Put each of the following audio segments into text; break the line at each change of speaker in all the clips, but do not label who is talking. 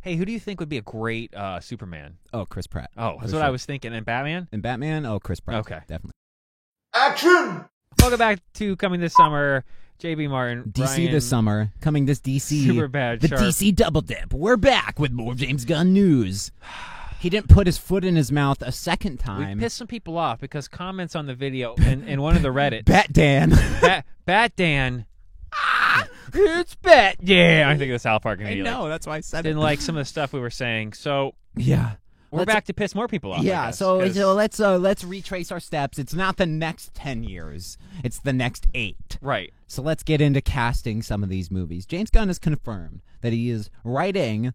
Hey, who do you think would be a great uh, Superman?
Oh, Chris Pratt.
Oh, that's
For
what I
sure.
was thinking. And Batman?
And Batman. Oh, Chris Pratt.
Okay.
definitely.
Action!
Welcome back to Coming This Summer, JB Martin.
DC
Ryan,
this summer, coming this DC.
Superbad,
The
Sharp.
DC Double Dip. We're back with more James Gunn news. He didn't put his foot in his mouth a second
We
time.
pissed some people off because comments on the video and, and one of the Reddit.
Bat Dan.
Bat, Bat Dan. it's Bat Dan. I think of the South Park
I
immediately.
know. That's why I said
Didn't
it.
like some of the stuff we were saying. So
Yeah.
we're
Let's-
back to piss more people off. I
Yeah,
guess,
so,
'cause-
so let's uh, let's retrace our steps. It's not the next ten years; it's the next eight.
Right.
So let's get into casting some of these movies. James Gunn has confirmed that he is writing,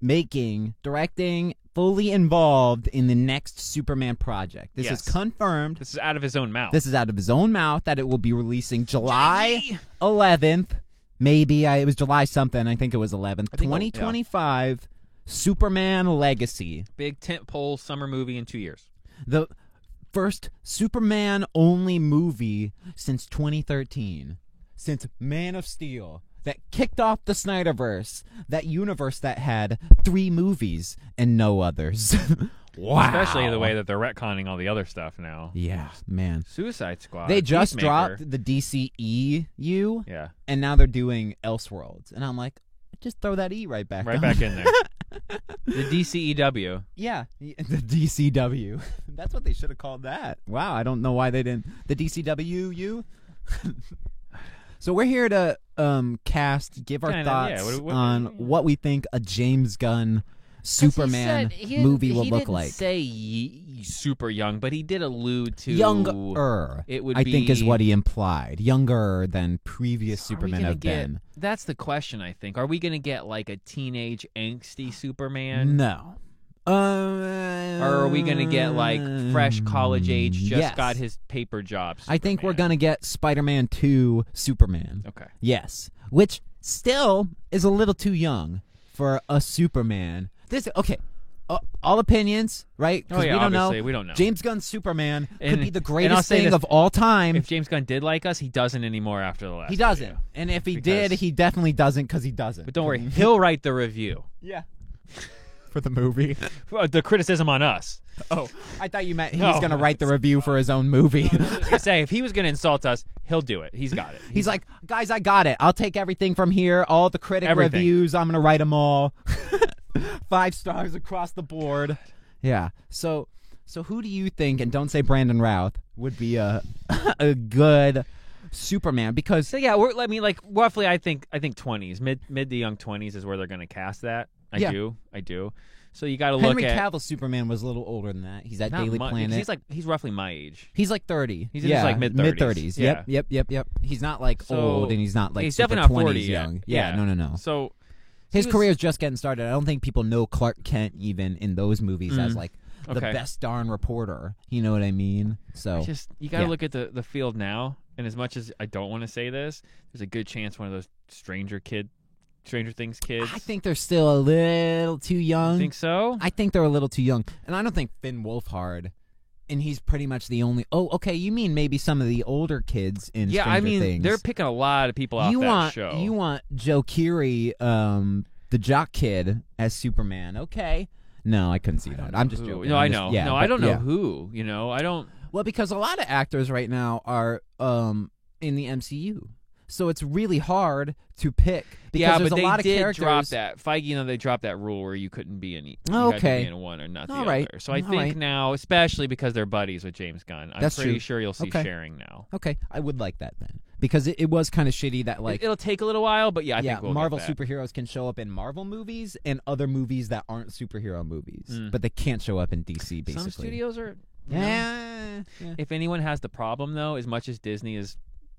making, directing, fully involved in the next Superman project. This
Yes.
is confirmed.
This is out of his own mouth.
This is out of his own mouth that it will be releasing July 11th. Maybe I, it was July something. I think it was 11th,
think it- yeah.
2025. Superman Legacy,
big tentpole summer movie in two years.
the first Superman only movie since 2013, since Man of Steel. That kicked off the Snyderverse, that universe that had three movies and no others. wow.
Especially the way that they're retconning all the other stuff now.
Yeah, man.
Suicide Squad.
They just
Uh, Peacemaker.
dropped the DCEU.
Yeah.
and now they're doing Elseworlds, and I'm like, just throw that E right back,
Right
on.
back in there. the E DCEW.
Yeah, the DCW. That's what they should have called that. Wow, I don't know why they didn't. The DCWU. so we're here to um, cast, give our
Kinda, yeah,
thoughts
what- what-
on what we think a James Gunn Superman movie will look like.
Say ye- super young, but he did allude to
er, Younger,
It would
I think, is
be-
what he implied. Younger than previous
Are we
Superman
gonna
have
get-
been.
That's the question. I think. Are we going to get like a teenage angsty Superman?
No. Um,
Or are we going to get like fresh college age, just
yes.
got his paper job?
I think we're
Superman?
going to get Spider-Man 2 Superman.
Okay.
Yes, which still is a little too young for a Superman. This okay. Uh, all opinions, right? 'Cause
Oh, yeah,
we don't
obviously,
know.
we don't know.
James Gunn's Superman
And-
could be
and
the
I'll
greatest
say
thing
this-
of all time.
If James Gunn did like us, he doesn't anymore after the last.
he doesn't,
video.
and if he
Because-
did, he definitely doesn't because he doesn't.
But don't worry, he'll write the review.
yeah. For the movie.
Uh, The criticism on us.
Oh, I thought you meant he
No.
was going to write the review for his own movie.
I was gonna say if he was going to insult us, he'll do it. He's got it.
He's like, guys, I got it. I'll take everything from here. All the critic
Everything.
reviews, I'm gonna write them all. Five stars across the board. Yeah. So, so who do you think? And don't say Brandon Routh would be a a good Superman because
So yeah, we're, I mean, like roughly, I think I think twenties, mid mid to young twenties is where they're going to cast that. I
Yeah.
do, I do. So you got to look
Henry
at
Cavill's Superman was a little older than that. He's at
not
Daily
mu-
Planet.
He's like he's roughly my age.
He's like thirty.
He's in his,
yeah,
like, mid-thirties.
mid thirties. Yep,
Yeah.
yep, yep, yep. He's not like
So-
old, and he's not like
he's
super
definitely not
20s
forty yet.
young. Yeah, no, no, no.
So
His
He was-
career is just getting started. I don't think people know Clark Kent even in those movies as like the
Mm. Okay.
best darn reporter. You know what I mean? So
just you got to
Yeah.
look at the the field now. And as much as I don't want to say this, there's a good chance one of those Stranger Kid, Stranger Things kids.
I think they're still a little too young.
think so.
I think they're a little too young, and I don't think Finn Wolfhard. And he's pretty much the only. Oh, okay. You mean maybe some of the older kids in
yeah,
Stranger
I mean
Things.
they're picking a lot of people off
you
that
want
show.
you want Joe Keery, um, the jock kid, as Superman. Okay. No, I couldn't see that. I'm just
Who-
joking.
No,
I'm
I
just-
know.
yeah,
no, I
but-
don't know
yeah.
who. You know, I don't.
Well, because a lot of actors right now are um, in the MCU, so it's really hard to pick. Because
yeah,
there's
but
a
they
lot of
did
characters.
drop that. Feige, you know, they dropped that rule where you couldn't be in. You
Oh,
had to be
okay.
in one or not the
All right.
other. So I
All
think
right.
now, especially because they're buddies with James Gunn, I'm
That's
pretty
true.
sure you'll see
Okay.
sharing now.
Okay, I would like that then, because it, it was kind of shitty that like.
it, will take a little while, but yeah, I
yeah,
think we'll
Marvel
get that.
superheroes can show up in Marvel movies and other movies that aren't superhero movies,
Mm.
but they can't show up in DC. Basically,
Some studios are. you know,
Yeah. yeah.
If anyone has the problem though, as much as Disney is,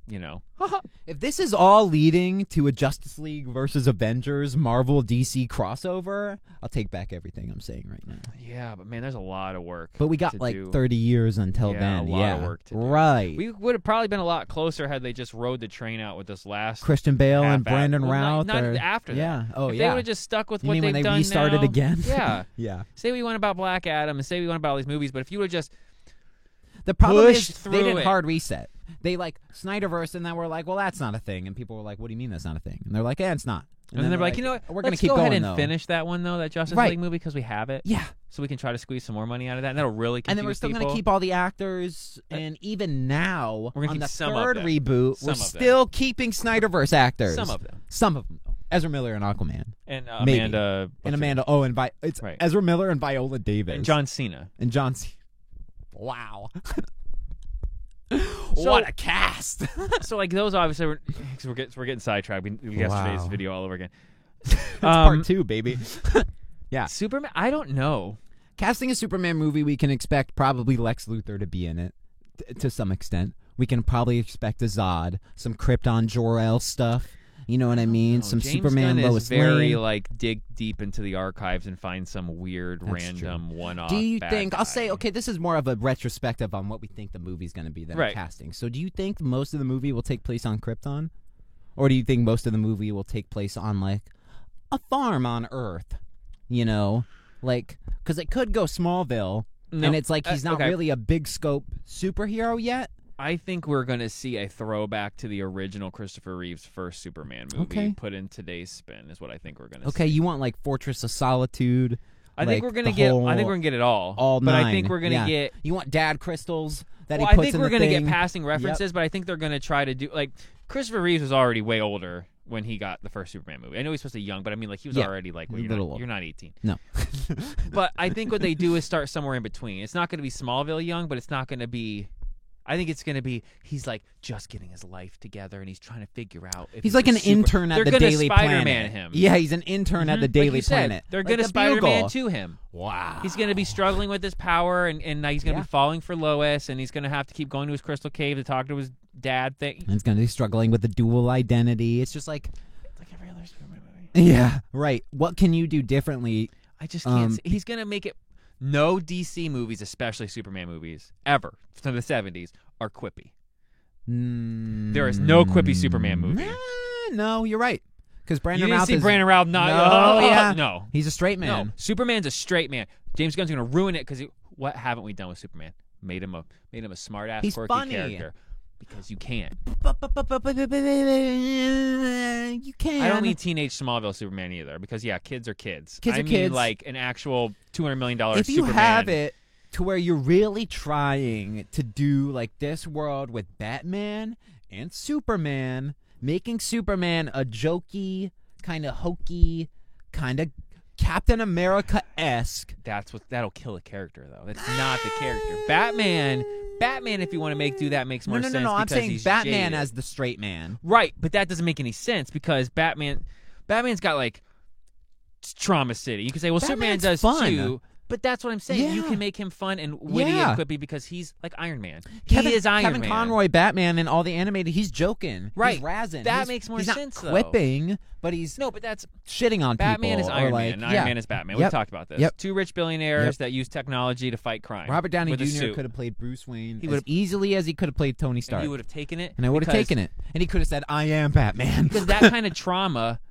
you know,
If this is all leading to a Justice League versus Avengers Marvel DC crossover, I'll take back everything I'm saying right now.
yeah, but man, there's a lot of work.
But we got
to
like
do.
30 years until
Yeah,
then.
a lot
yeah,
of work to do.
right.
We would have probably been a lot closer had they just rode the train out with this last
Christian Bale
half
and
hour-
Brandon
well,
Routh.
Not, not
or-
after that.
Yeah. Oh
if they
yeah.
would have just stuck with
you
what
mean
they've
when they
done
restarted
now-
again?
yeah.
yeah.
Say we want about Black Adam and say we want about all these movies, but if you would have just
The problem
Pushed
is
through
they did
it.
hard reset. They like Snyderverse, and then we're like, well, that's not a thing, and people were like, what do you mean that's not a thing? And they're like, yeah, it's not.
And, then they're like, you know what?
We're
going
gonna
to
keep
go
going
ahead and
though.
finish that one though, that Justice
Right.
League movie, because we have it,
Yeah,
so we can try to squeeze some more money out of that, and that'll really confuse
and then we're still
people.
gonna keep all the actors,
Uh,
and even now
we're gonna
on
keep
the
some of
third
them.
reboot,
Some
we're
of them.
still keeping Snyderverse actors.
some of them,
some of them. though. Ezra Miller and Aquaman,
and uh,
Maybe.
Amanda
and Amanda Oh, and Vi- it's
Right.
Ezra Miller and Viola Davis,
and John Cena.
and John. C- wow,
So-
what a cast!
so like those obviously were, cause we're getting we're getting sidetracked. We, we got
Wow.
today's video all over again.
It's
Um,
part two, baby.
Superman. I don't know.
Casting a Superman movie, we can expect probably Lex Luthor to be in it t- to some extent. We can probably expect a Zod, some Krypton Jor-El stuff. You know what I mean?
No,
some
Oh, James
Superman
Gunn
Lois
is very
Lane.
like dig deep into the archives and find some weird
That's
random one-off.
Do you
bad
think I'll say
guy.
okay? This is more of a retrospective on what we think the movie's going to be than a
Right.
casting. So, do you think most of the movie will take place on Krypton, or do you think most of the movie will take place on like a farm on Earth? You know, like because it could go Smallville,
No,
and it's like
uh,
he's not
okay.
really a big scope superhero yet.
I think we're gonna see a throwback to the original Christopher Reeve's first Superman movie
Okay.
put in today's spin is what I think we're gonna.
Okay,
see.
you want like Fortress of Solitude?
I think
like,
we're gonna
the
get.
Whole,
I think we're gonna get it all.
all
but
nine.
I think we're gonna
yeah.
get.
You want Dad crystals that
well,
he puts
I think
in
we're
the
gonna
thing?
get passing references, but I think they're gonna try to do like Christopher Reeves was already way older when he got the first Superman movie. I know he's supposed to be young, but I mean like he was
Yeah,
already like
a
well, you're,
little
not,
old.
you're not 18.
No.
But I think what they do is start somewhere in between. It's not gonna be Smallville young, but it's not gonna be. I think it's gonna be he's like just getting his life together and he's trying to figure out. If
He's like
a
an
super-
intern at
They're
the
gonna
Daily
Spider-Man
Planet.
him.
Yeah, he's an intern at the
Mhm.
Daily
Like you said,
Planet.
They're
Like
gonna
the
Spider-Man
Bugle.
to him.
Wow.
He's going to be struggling with his power, and, and now he's going to
Yeah.
be falling for Lois, and he's going to have to keep going to his crystal cave to talk to his dad thing.
And he's gonna be struggling with the dual identity. It's just like,
It's like every other Superman movie.
yeah, right. What can you do differently?
I just can't.
Um,
see. He's going to make it. No DC movies, especially Superman movies, ever from the 70s, are quippy.
There
is no quippy Superman movie.
Mm, uh, no, you're right. Because
you
Brandon
didn't
Routh
see
is
Brandon Routh not.
No, yeah.
No.
he's a straight
No.
man.
Superman's a straight man. James Gunn's going to ruin it because what haven't we done with Superman? Made him a made him a smart ass
He's
quirky
funny.
character because you can't.
You can.
I don't mean teenage Smallville Superman either, because yeah, kids are kids.
Kids
I
are
mean
kids.
like an actual two hundred million dollar.
if you have it to where you're really trying to do like this world with Batman and Superman, making Superman a jokey, kind of hokey, kind of Captain America esque.
that's what that'll kill a character though. That's not the character. Batman, Batman. If you want to make do that, makes
No,
more
no, no,
sense.
no. I'm
because
saying
he's
Batman
jaded.
as the straight man.
right, but that doesn't make any sense because Batman, Batman's got like trauma city. You could say, well, Superman does
Batman's fun.
too. But that's what I'm saying. You
Yeah.
can make him fun and witty
Yeah.
and quippy because he's like Iron Man.
Kevin,
he is Iron
Kevin
Man.
Conroy, Batman, and all the animated. He's joking.
Right.
He's razzing.
That
He's-
makes more
he's not
sense, though.
quipping, but he's
No, but that's
shitting on
Batman is
people. or,
Iron
like,
Man. and Iron
yeah.
Man is Batman.
Yep.
We've talked about this.
Yep.
Two rich billionaires that use technology to fight crime.
Robert Downey
with a
Jr.
suit.
could have played Bruce Wayne
He
as
would've-
easily as he could have played Tony
And
Stark.
he would have taken it.
and I would have taken it. And he could have said, "I am Batman."
Because that kind of trauma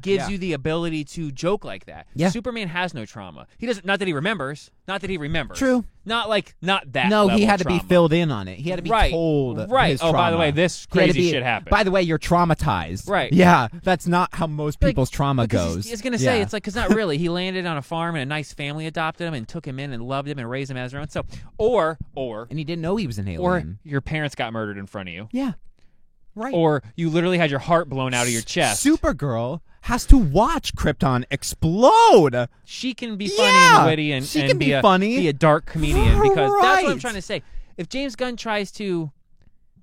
gives
Yeah.
you the ability to joke like that.
Yeah.
Superman has no trauma. He doesn't. Not that he remembers. Not that he remembers.
True.
Not like not that.
no, he
level
had to
trauma.
be filled in on it. He had to be
Right.
told.
Right.
his
Oh, by the
trauma.
way, this
He had to
crazy
be-
shit happened.
By the way, you're traumatized.
Right.
Yeah, that's not how most
Like,
people's trauma
because he's-
goes.
He's, gonna say
Yeah.
it's like because not really. He landed on a farm and a nice family adopted him and took him in and loved him and raised him as their own. So, or or
and he didn't know he was an alien.
or your parents got murdered in front of you.
yeah, right.
Or you literally had your heart blown out of your chest.
Supergirl has to watch Krypton explode.
she can be funny and
Yeah,
witty and,
she
and
can
be,
be
a,
funny.
be a dark comedian because that's what I'm
Right.
trying to say. If James Gunn tries to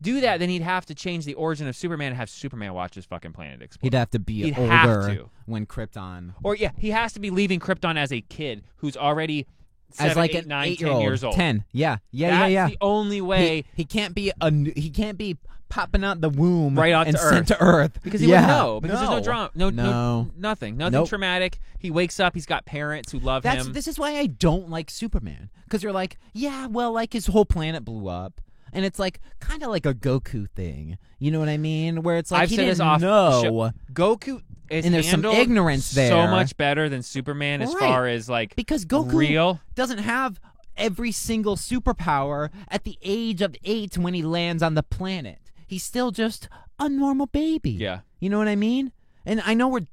do that, then he'd have to change the origin of Superman and have Superman watch his fucking planet explode.
He'd have to be
He'd
older
have to.
when Krypton
or yeah, he has to be leaving Krypton as a kid who's already seven,
as like
eight,
an
nine, 10
eight-year-old,
years old.
ten. Yeah, yeah,
that's
yeah, yeah.
the only way
He, he can't be a n- he can't be popping out the womb
Right onto
and sent
Earth.
to Earth
because he
yeah.
would know because there's no drama, no, no,
No.
nothing, nothing
Nope.
traumatic. He wakes up, he's got parents who love
That's
him.
this is why I don't like Superman because you're like yeah well like his whole planet blew up and it's like kind of like a Goku thing you know what I mean where it's like
I've
he
said
didn't
this off
know
show- Goku is
And there's some
handled
ignorance
so
there.
much better than Superman as
Right.
far as like
because Goku
real.
doesn't have every single superpower at the age of eight when he lands on the planet. He's still just a normal baby.
Yeah.
You know what I mean? And I know we're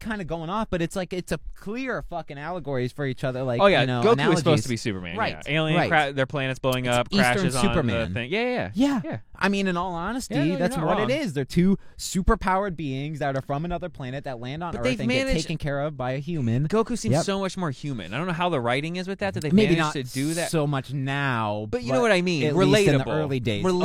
kind of going off, but it's like it's a clear fucking allegories for each other. Like,
oh yeah,
you know,
Goku
analogies.
is supposed to be Superman.
Right,
Yeah. Alien
right.
cra- their planet's blowing up,
Eastern
crashes on
Superman.
the thing. Yeah, yeah,
Yeah.
Yeah.
I mean, in all honesty,
Yeah, no, you're
that's
not
what
wrong.
it is. They're two superpowered beings that are from another planet that land on
But
Earth
they've
and get
managed-
taken care of by a human.
Goku seems
Yep.
so much more human. I don't know how the writing is with that. That they
Maybe
managed
not
to do that.
so much now,
But you know what I mean.
At
Relatable.
least in the early days.
Relatable.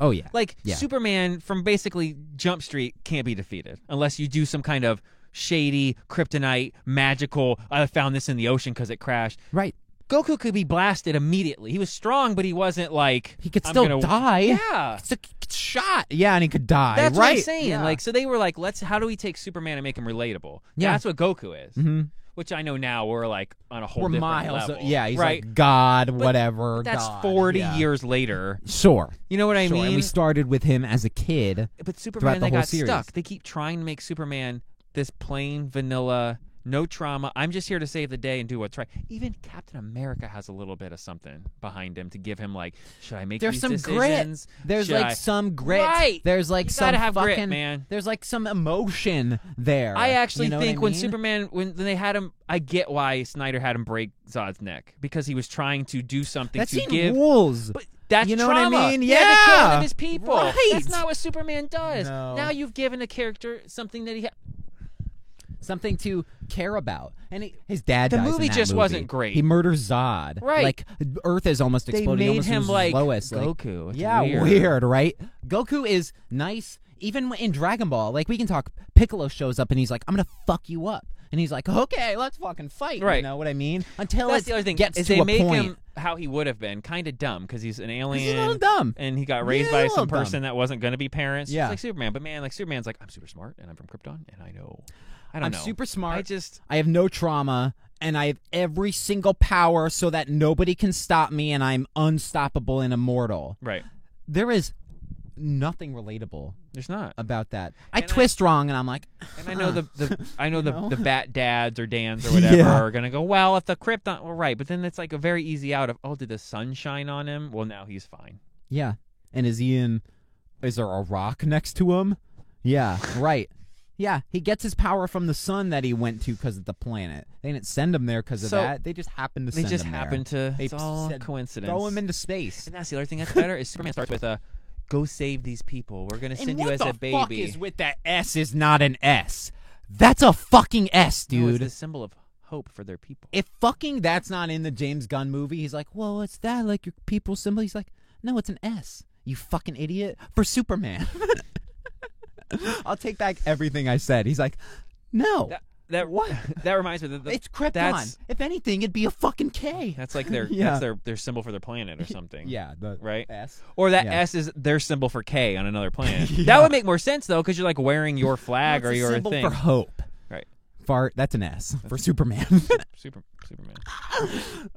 Oh yeah. Oh, yeah.
Like
Yeah.
Superman from basically Jump Street can't be defeated unless you do some kind of shady kryptonite magical. I found this in the ocean because it crashed.
right.
Goku could be blasted immediately. He was strong, but he wasn't like
He could
I'm
still
gonna-
die.
Yeah.
It's a k- shot. Yeah, and he could die.
That's
right.
what I'm saying.
Yeah.
Like, so they were like, let's. How do we take Superman and make him relatable?
Yeah.
That's what Goku is.
Mhm.
Which I know now we're like on a whole
we're
different
miles.
level.
yeah, he's
right.
like God, whatever.
That's
God.
40
Yeah.
years later.
Sure.
You know what I
sure.
mean?
And we started with him as a kid.
but Superman,
the
they
whole
got
series.
stuck. They keep trying to make Superman this plain vanilla, no trauma. I'm just here to save the day and do what's right. Even Captain America has a little bit of something behind him to give him like, should I make
There's
these
some
decisions?
grit. There's
Should
like
I-
some grit.
Right.
There's like
You
some
gotta have grit,
fucking-
man.
There's like some emotion there.
I actually
You know what
think
I
when
mean?
Superman when when they had him, I get why Snyder had him break Zod's neck because he was trying to do something
that
to
scene
give.
rules.
But that's
You know what I
trauma.
mean?
Yeah, they killed one
Yeah.
of his people.
Right.
That's not what Superman does.
No.
Now you've given a character something that he. Ha-
something to care about. And he, his dad.
The
dies in
movie
that
just
movie.
wasn't great.
He murders Zod.
Right.
Like Earth is almost
they
exploding.
made
almost
him
was
like
lowest. Like,
Goku. It's
yeah,
weird.
right? Goku is nice. Even in Dragon Ball, like we can talk. Piccolo shows up and he's like, "I'm gonna fuck you up," and he's like, "Okay, let's fucking fight." You
Right.
know what I mean? Until
That's
it
the other thing.
gets
is
to
they
a
make
point.
him how he would have been, kind of dumb because he's an alien.
He's a little dumb.
And he got
He's
raised
a
by
little
some
dumb.
person that wasn't going to be parents.
Yeah.
It's like Superman. But man, like Superman's like, I'm super smart and I'm from Krypton and I know. I don't
I'm
know.
super smart.
I just.
I have no trauma and I have every single power so that nobody can stop me and I'm unstoppable and immortal.
Right.
There is nothing relatable
There's not.
about that. I
And I-
twist wrong and I'm like,
And I know the, the I know the,
know?
the bat dads or dans or
Yeah.
whatever are gonna go well if the krypton well, right but then it's like a very easy out of oh did the sun shine on him well now he's fine
yeah. And is he in is there a rock next to him? Yeah, right. Yeah, he gets his power from the sun that he went to because of the planet. They didn't send him there because of
So,
that. They just happened to
they
send
just
him
happen
there.
to
They
it's all
said,
coincidence
Throw him into space.
and that's the other thing that's better is Superman starts with a go save these people we're gonna send
and
you
what
as
the
a baby
fuck is with that S is not an S. That's a fucking S,
No, it's
dude.
the symbol of hope for their people
if fucking that's not in the James Gunn movie, he's like, well, what's that? Like your people symbol? He's like, no, it's an S. You fucking idiot. For Superman. I'll take back everything I said. He's like, no.
that that
What?
that reminds me that the,
it's Krypton.
that's
if anything, it'd be a fucking K.
that's like their
Yeah.
that's their their symbol for their planet or something
Yeah, the
Right.
S.
Or that
Yeah.
S is their symbol for K on another planet.
Yeah.
That would make more sense though, because you're like wearing your flag
It's
or
a
your
symbol
thing.
for hope.
Right.
Fart. That's an S for Superman.
Super Superman.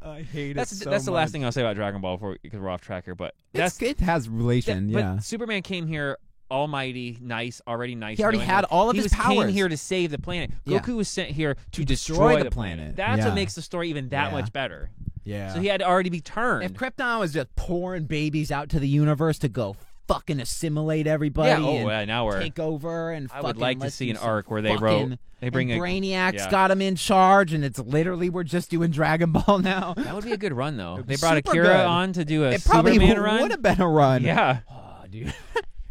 I hate
That's that's the last thing I'll say about Dragon Ball before because we're off track here. But that's
It's, it has relation,
that-
yeah.
But Superman came here almighty, nice, already nice.
He already
knowing
had
what-
all of
he
his
was Came
powers.
here to save the planet.
Yeah.
Goku was sent here to
destroy
destroy,
the
the planet.
planet.
That's
Yeah.
what makes the story even that
Yeah.
much better.
yeah.
So he had to already be turned.
if Krypton was just pouring babies out to the universe to go fucking assimilate everybody
yeah. Oh,
and
yeah, now we're.
take over and
I
fucking
would like to
let's
see
do
an
some
arc where they
fucking,
wrote they
and
bring a
Brainiac's
yeah.
got him in charge, and it's literally we're just doing Dragon Ball now.
That would be a good run though.
be
They brought
super
Akira
good.
on to do a
it probably
Superman run.
would have been a run.
Yeah,
Oh, dude.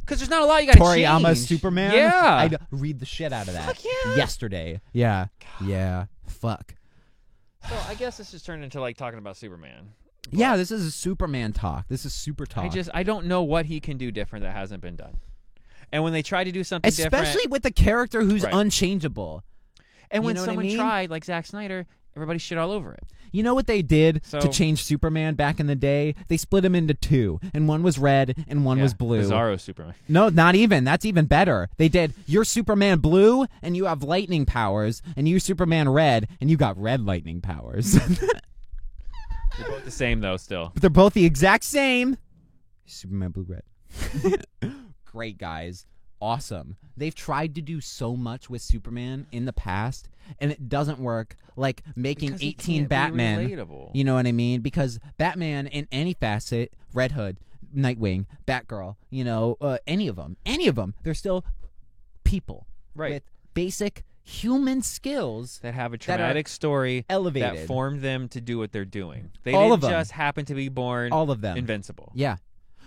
because there's not a lot you got to
Toriyama
change.
Superman.
Yeah.
I'd read the shit out of that.
Fuck yeah.
Yesterday. Yeah. Yeah. Fuck.
So I guess this has turned into like talking about Superman.
Yeah, this is a Superman talk. This is super talk.
I just I don't know what he can do different that hasn't been done. And when they try to do something
Especially
different,
with the character who's
Right.
unchangeable.
and when
you know what I
someone
mean?
tried like Zack Snyder, everybody shit all over it.
You know what they did
So-
to change Superman back in the day? They split him into two, and one was red and one
yeah.
was blue.
Bizarro Superman.
No, not even. That's even better. They did you're Superman blue and you have lightning powers, and you Superman red and you got red lightning powers.
They're both the same though. Still,
but they're both the exact same. Superman blue red. Great guys. Awesome. They've tried to do so much with Superman in the past and it doesn't work. Like making
Because he
18
can't be
Batman.
relatable.
You know what I mean? Because Batman in any facet, Red Hood, Nightwing, Batgirl, you know, uh, any of them, any of them, they're still people
right?
with basic human skills
that have a
are
traumatic story
elevated.
that formed them to do what they're doing. They
All
didn't
of them.
just happen to be born
all of them.
invincible.
Yeah.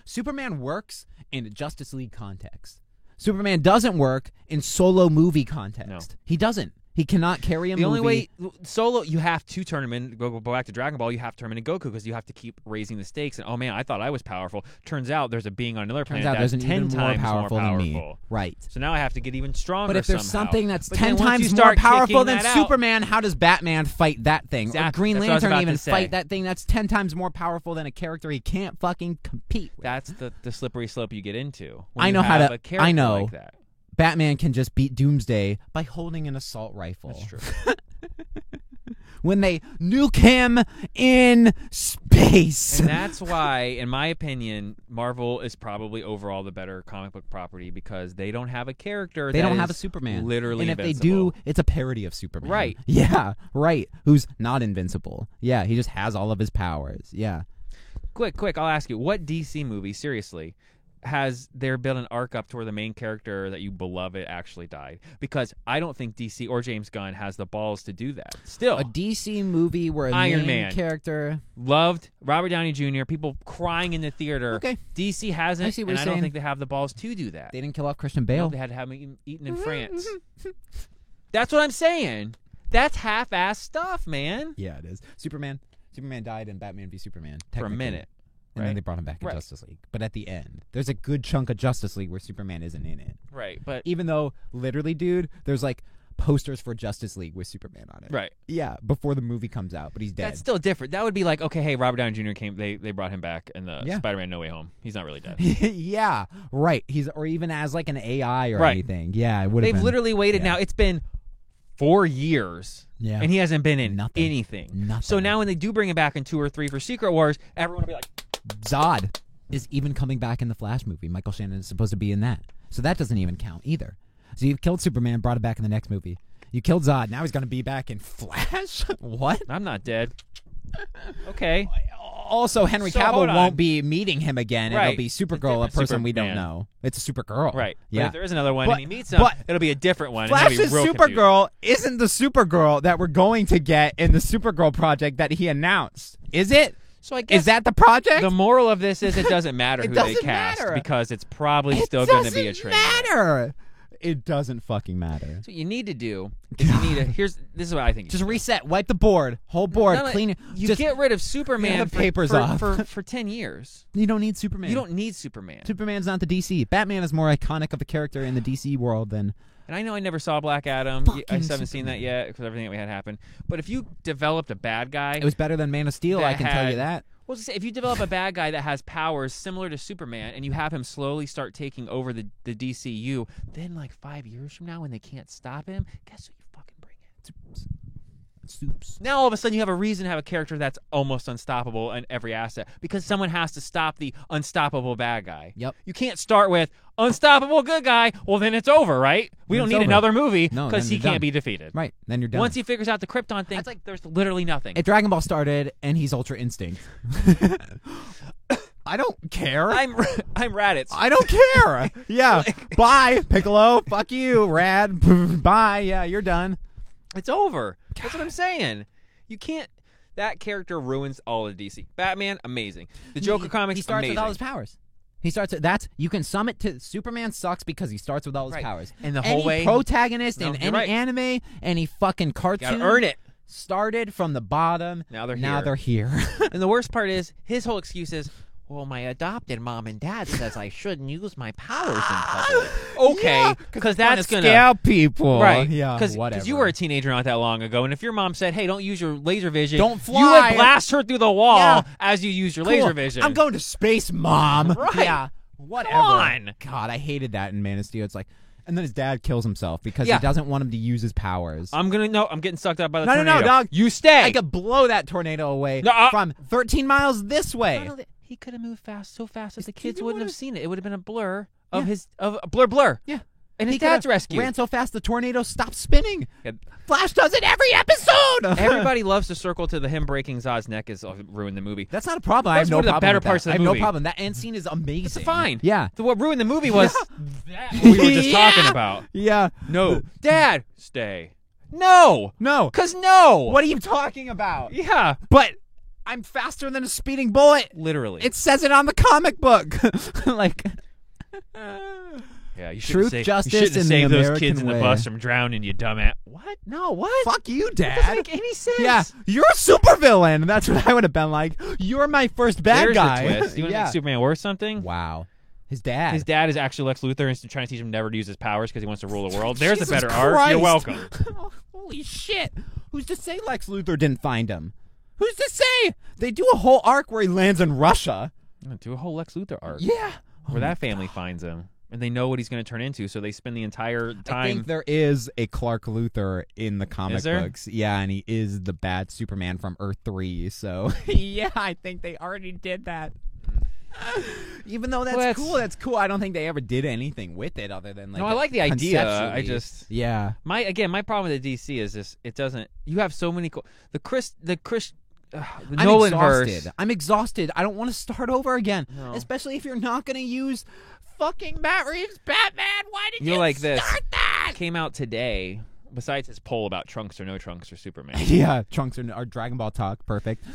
Superman works in a Justice League context. Superman doesn't work in solo movie context. He doesn't. He cannot carry a
The only
movie.
way solo, you have to turn him in. Go, go back to Dragon Ball. You have to turn him into Goku because you have to keep raising the stakes. And oh man, I thought I was powerful. Turns out there's a being on another
turns
planet
out
that's
there's an
ten
even more
times
powerful,
more
than me.
powerful.
Right.
So now I have to get even stronger.
But if there's
somehow.
something that's
But
ten
then once you
times more
start
powerful
kicking
than
that out-
Superman, how does Batman fight that thing? Or
Exactly.
Green
That's what I was
Lantern
about
even
to say.
fight that thing that's ten times more powerful than a character he can't fucking compete with.
that's the, the slippery slope you get into. when
I
you
know how
have
to-
a character
I know.
Like that.
Batman can just beat Doomsday by holding an assault rifle.
That's true.
When they nuke him in space.
and that's why, in my opinion, Marvel is probably overall the better comic book property because they don't have a character.
They
that
don't have a
is
Superman.
Literally,
and if they
invincible.
do, it's a parody of Superman.
Right.
Yeah. Right. Who's not invincible? Yeah. He just has all of his powers. Yeah.
quick, quick, I'll ask you: What DC movie, seriously, has there been an arc up to where the main character that you beloved actually died? Because I don't think DC or James Gunn has the balls to do that. Still,
A DC movie where a
Oh. Iron
main
Man.
character.
loved Robert Downey Jr. People crying in the theater.
Okay.
DC hasn't,
I see what
and
you're
I don't
saying.
think they have the balls to do that.
They Mm-hmm, didn't kill off Christian
No,
Bale.
they had to have him eaten- eaten in France. That's what I'm saying. That's half-ass stuff, man.
yeah, it is. Superman. Superman died in Batman v Superman
For a
technically.
minute,
and then
right?
they brought him back in
Right.
Justice League. But at the end, there's a good chunk of Justice League where Superman isn't in it.
right? But
Even though, literally, dude, there's like posters for Justice League with Superman on it.
right.
Yeah, before the movie comes out, but he's dead.
That's still different. That would be like, okay, hey, Robert Downey Jr. came. They they brought him back in the
Yeah.
Spider-Man No Way Home. He's not really dead.
yeah, right. He's or even as like an AI or
Right.
anything. Yeah, it would have
They've
been
literally waited
yeah.
now. It's been four years.
Yeah.
And he hasn't been in
Nothing.
anything. So
Nothing.
now when they do bring him back in two or three for Secret Wars, everyone will be like,
Zod is even coming back in the Flash movie. Michael Shannon is supposed to be in that, so that doesn't even count either. So you've killed Superman, brought him back in the next movie. You killed Zod. Now he's going to be back in Flash. what?
I'm not dead. Okay.
Also, Henry
So, hold
Cavill
on.
won't be meeting him again.
Right.
It'll be Supergirl, a
Different
person we don't
Superman.
know. It's a Supergirl.
Right. But
Yeah.
if there is another one
But-
and he meets him,
but-
it'll be a different one. and that'd be
Flash's
real confusing.
Supergirl isn't the Supergirl that we're going to get in the Supergirl project that he announced, is it?
So I guess
Is that the project?
the moral of this is it doesn't matter
It
who they
doesn't
cast
matter.
because it's probably
it
still
doesn't
going to be a train. wreck.
matter. It doesn't fucking matter.
So what you need to do is you need to here's this is what I think. you
Just reset, wipe the board, whole board,
No, no,
clean it.
You
Just-
get rid of Superman
the
for-
papers
for,
off.
for, for ten years.
you don't need Superman.
You don't need Superman.
Superman's not the DC. Batman is more iconic of a character in the DC world than
And I know I never saw Black Adam.
Fucking
I just haven't seen that
Superman.
yet because everything that we had happen. But if you developed a bad guy,
it was better than Man of Steel. I
That
can tell you
had-
that.
well, just say, if you develop a bad guy that has powers similar to Superman and you have him slowly start taking over the the DCU, then like five years from now when they can't stop him, guess who you fucking bring in?
Soups.
Now all of a sudden you have a reason to have a character that's almost unstoppable in every asset because someone has to stop the unstoppable bad guy.
Yep.
You can't start with unstoppable good guy. Well, then it's over, right? We
Then
don't
it's
need
over.
another movie
No,
because
then
he
you're
can't
done.
be defeated.
Right. Then you're done.
Once he figures out the Krypton thing, it's like there's literally nothing.
If Dragon Ball started and he's Ultra Instinct. I don't care.
I'm I'm Raditz.
I don't care. Yeah. Bye, Piccolo. Fuck you, Rad. Bye. Yeah, you're done.
It's over. That's what I'm saying. You can't. That character ruins all of DC. Batman, amazing. The Joker
he,
comics,
He starts
amazing.
with all his powers. He starts. With, that's you can sum it to Superman sucks because he starts with all his
Right.
powers.
And the
any
whole way-
protagonist
No,
in
you're
any
right.
anime, any fucking cartoon,
Gotta earn it.
Started from the bottom.
Now they're
now
here.
they're here.
And the worst part is his whole excuse is, "Well, my adopted mom and dad says I shouldn't use my powers in public." Okay, because that's gonna
scare people.
right.
Yeah. whatever.
because you were a teenager not that long ago, and if your mom said, "Hey, don't use your laser vision,"
Don't
you
fly.
would blast her through the wall
Yeah.
as you use your
Cool.
laser vision.
I'm going to space, mom.
Right.
Yeah. Whatever.
on.
God, I hated that in Man of Steel. It's like, and then his dad kills himself because
Yeah. Uh,
he doesn't want him to use his powers.
I'm gonna no. I'm getting sucked up by the
No, no, no,
tornado.
dog.
You stay.
I could blow that tornado away
No, uh-
from 13 miles this way.
Not only- he could have moved fast so fast that the
did
kids
you
wouldn't
wanna-
have seen it. It would have been a blur of
Yeah.
his of a blur blur.
Yeah.
And his
could have
dad's rescued.
Ran so fast the tornado stopped spinning.
Yeah.
Flash does it every episode.
Everybody loves to circle to the him breaking Zod's neck is uh, ruined the movie.
That's not a problem. I
That's
have no
one of the
problem
better
with that.
parts of the
I have
movie.
no problem. That end scene is amazing.
It's fine.
Yeah.
The, what ruined the movie was that we were just talking
Yeah.
about.
Yeah.
No, Dad, stay. No,
No.
cause no.
What are you talking about?
Yeah,
But I'm faster than a speeding bullet.
literally.
It says it on the comic book. like
yeah, you
Truth,
shouldn't save,
justice,
you
and
shouldn't
the
save those
American
kids in
way.
the bus from drowning, you dumbass. What? No, what?
Fuck you,
Doesn't
Dad.
make any sense.
yeah, you're a supervillain. That's what I would have been like. You're my first bad
There's
guy.
The twist. You want to
yeah.
make Superman worth something?
wow. His dad.
His dad is actually Lex Luthor and is trying to teach him never to use his powers because he wants to rule the world. There's
Jesus
a better
Christ. Oh,
arc. You're welcome.
Holy shit. Who's to say Lex Luthor didn't find him? Who's to say? They do a whole arc where he lands in Russia.
I'm gonna Do a whole Lex Luthor arc
Yeah. Oh
where that family finds him and they know what he's going to turn into, so they spend the entire
I think
time.
there is a Clark Luthor in the comic
Is there?
books. Yeah, and he is the bad Superman from Earth 3. So, yeah, I think they already did that. Even though that's,
Well, that's-
cool, that's cool. I don't think they ever did anything with it other than like
No,
a-
I like the idea. I
conceptually.
just
Yeah.
my again my problem with the DC is this: it doesn't. You have so many co- the Chris the Chris uh, the
I'm
Nolan
exhausted.
verse.
I'm exhausted. I don't want to start over again.
No.
Especially if you're not going to use fucking Matt Reeves Batman. Why did
You're
you
like this.
start that?
came out today, besides his poll about trunks or no trunks for Superman,
Yeah, trunks are, are Dragon Ball talk. Perfect.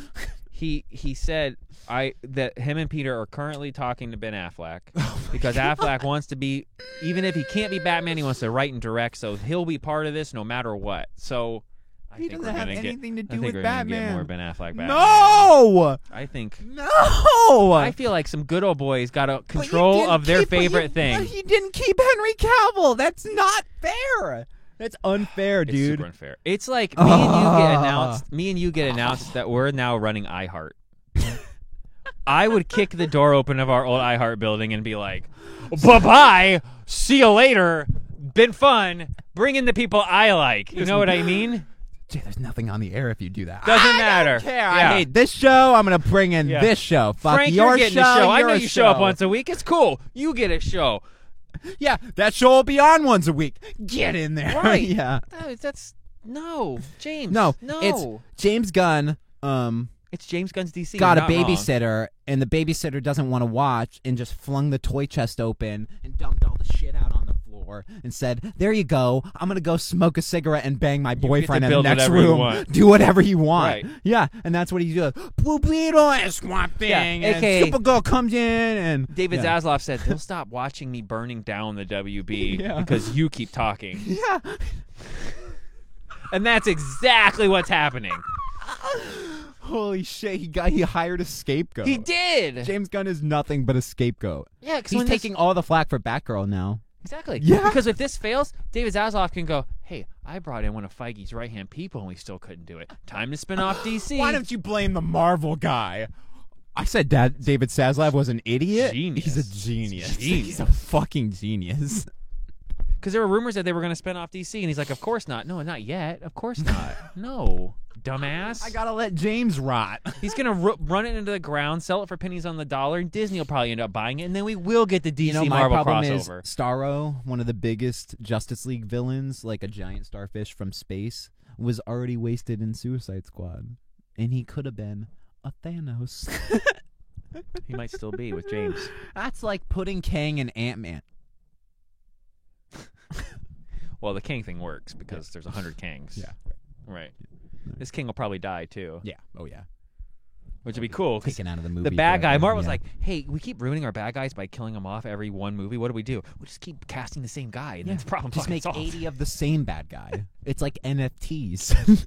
he he said I that him and Peter are currently talking to Ben Affleck
Oh
because Affleck wants to be even if he can't be Batman, he wants to write and direct, so he'll be part of this no matter what. So I
He
think
doesn't
we're
have
gonna get,
anything to
I
do
think
with
we're gonna get
Batman.
more Ben Affleck Batman.
No,
I think
no.
I feel like some good old boys got a
But you
control
didn't
of their
keep- but you-
favorite thing.
But you didn't keep Henry Cavill. That's not fair. That's unfair,
It's
dude.
super unfair. It's like me and you get
Ah.
announced. Me and you get announced that we're now running iHeart. I would kick the door open of our old iHeart building and be like, "Bye bye, see you later. Been fun. Bring in the people I like. You know what I mean?
Dude, there's nothing on the air if you do that.
Doesn't
I don't
matter.
care.
Yeah.
I hate this show. I'm gonna bring in
Yeah.
this show. Fuck
Frank,
your
you're getting
show.
a show. I know
your
you show up once a week. It's cool. You get a show.
Yeah, that show will be on once a week. Get in there.
Right.
yeah.
No, that's no, James.
No,
no.
It's James Gunn. Um,
It's James Gunn's DC. You're
got a
not wrong.
babysitter, and the babysitter doesn't want to watch, and just flung the toy chest open and dumped all the shit out on the floor, and said, "There you go. I'm gonna go smoke a cigarette and bang my boyfriend
to
in the
build
next
whatever you
room.
want."
Do whatever you want.
Right.
Yeah, and that's what he does. Blue Beetle and Swamp Thing.
Yeah,
and
aka
Supergirl comes in, and
David
yeah.
Zasloff said they'll stop watching me burning down the WB
Yeah.
because you keep talking,
Yeah.
and that's exactly what's happening.
Holy shit! He got he hired a scapegoat.
He did.
James Gunn is nothing but a scapegoat.
Yeah, because
He's taking all the flack for Batgirl now.
exactly.
Yeah.
Because if this fails, David Zasloff can go. Hey, I brought in one of Feige's right-hand people, and we still couldn't do it. Time to spin off DC.
Why don't you blame the Marvel guy? I said Dad, David Saslav was an idiot.
Genius.
He's a genius.
Genius.
He's a fucking genius.
Because there were rumors that they were going to spin off DC, and he's like, "Of course not. No, not yet. Of course not. no, dumbass.
I gotta let James rot.
He's gonna ru- run it into the ground, sell it for pennies on the dollar, and Disney will probably end up buying it, and then we will get the DC
You know, my
Marvel
problem
crossover.
is Starro, one of the biggest Justice League villains, like a giant starfish from space, was already wasted in Suicide Squad, and he could have been a Thanos.
he might still be with James.
That's like putting Kang and Ant Man.
Well, the Kang thing works because there's a hundred Kangs. Right. This King will probably die too,
Yeah. Oh yeah.
which would be cool. 'cause
Taken out of the movie.
the bad guy,
forever,
Marvel was
yeah.
like, "Hey, we keep ruining our bad guys by killing them off every one movie. What do we do? We just keep casting the same guy, and then the problem
just
fucking
make
solved."
eighty of the same bad guy. it's like NFTs.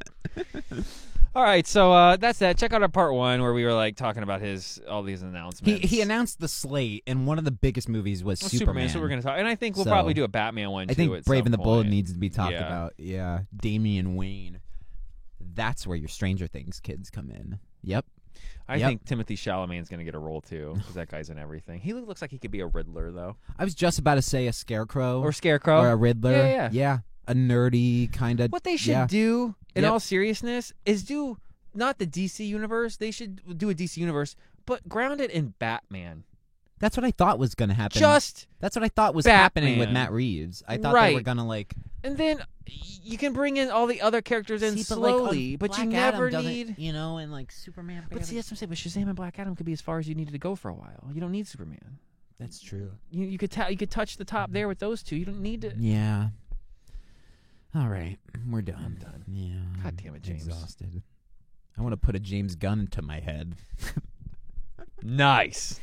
All right, so uh, that's that. Check out our part one where we were like talking about his all these
he
announcements.
he announced the slate, and one of the biggest movies was
Well,
Superman.
So we're gonna talk, and I think we'll
So-
probably do a Batman one.
I think
too at
Brave
some
and the Bold
point.
needs to be talked
Yeah.
about. Yeah, Damian Wayne. That's where your Stranger Things kids come in. Yep.
I
Yep.
think Timothy Chalamet's gonna get a role too because that guy's in everything. He looks like he could be a Riddler though,
I was just about to say a Scarecrow
or Scarecrow,
or a Riddler.
Yeah, yeah.
a nerdy kind of.
What they should
yeah.
do, in
Yep.
all seriousness, is do not the DC universe. They should do a DC universe, but ground it in Batman.
That's what I thought was going to happen.
Just
That's what I thought was happening with
Batman.
Matt Reeves. I thought they were
Right.
going to like
and then you can bring in all the other characters in
see, but, like, on
slowly, but, you
Black Adam
never
doesn't-
need.
you know, and like Superman.
But see, that's what I'm saying. But Shazam and Black Adam could be as far as you needed to go for a while. You don't need Superman.
that's true.
You you could ta- you could touch the top there with those two. You don't need to.
Yeah. All right, we're done.
I'm done.
Yeah.
God
I'm
damn it, James.
Exhausted. I want to put a James gun to my head.
Nice.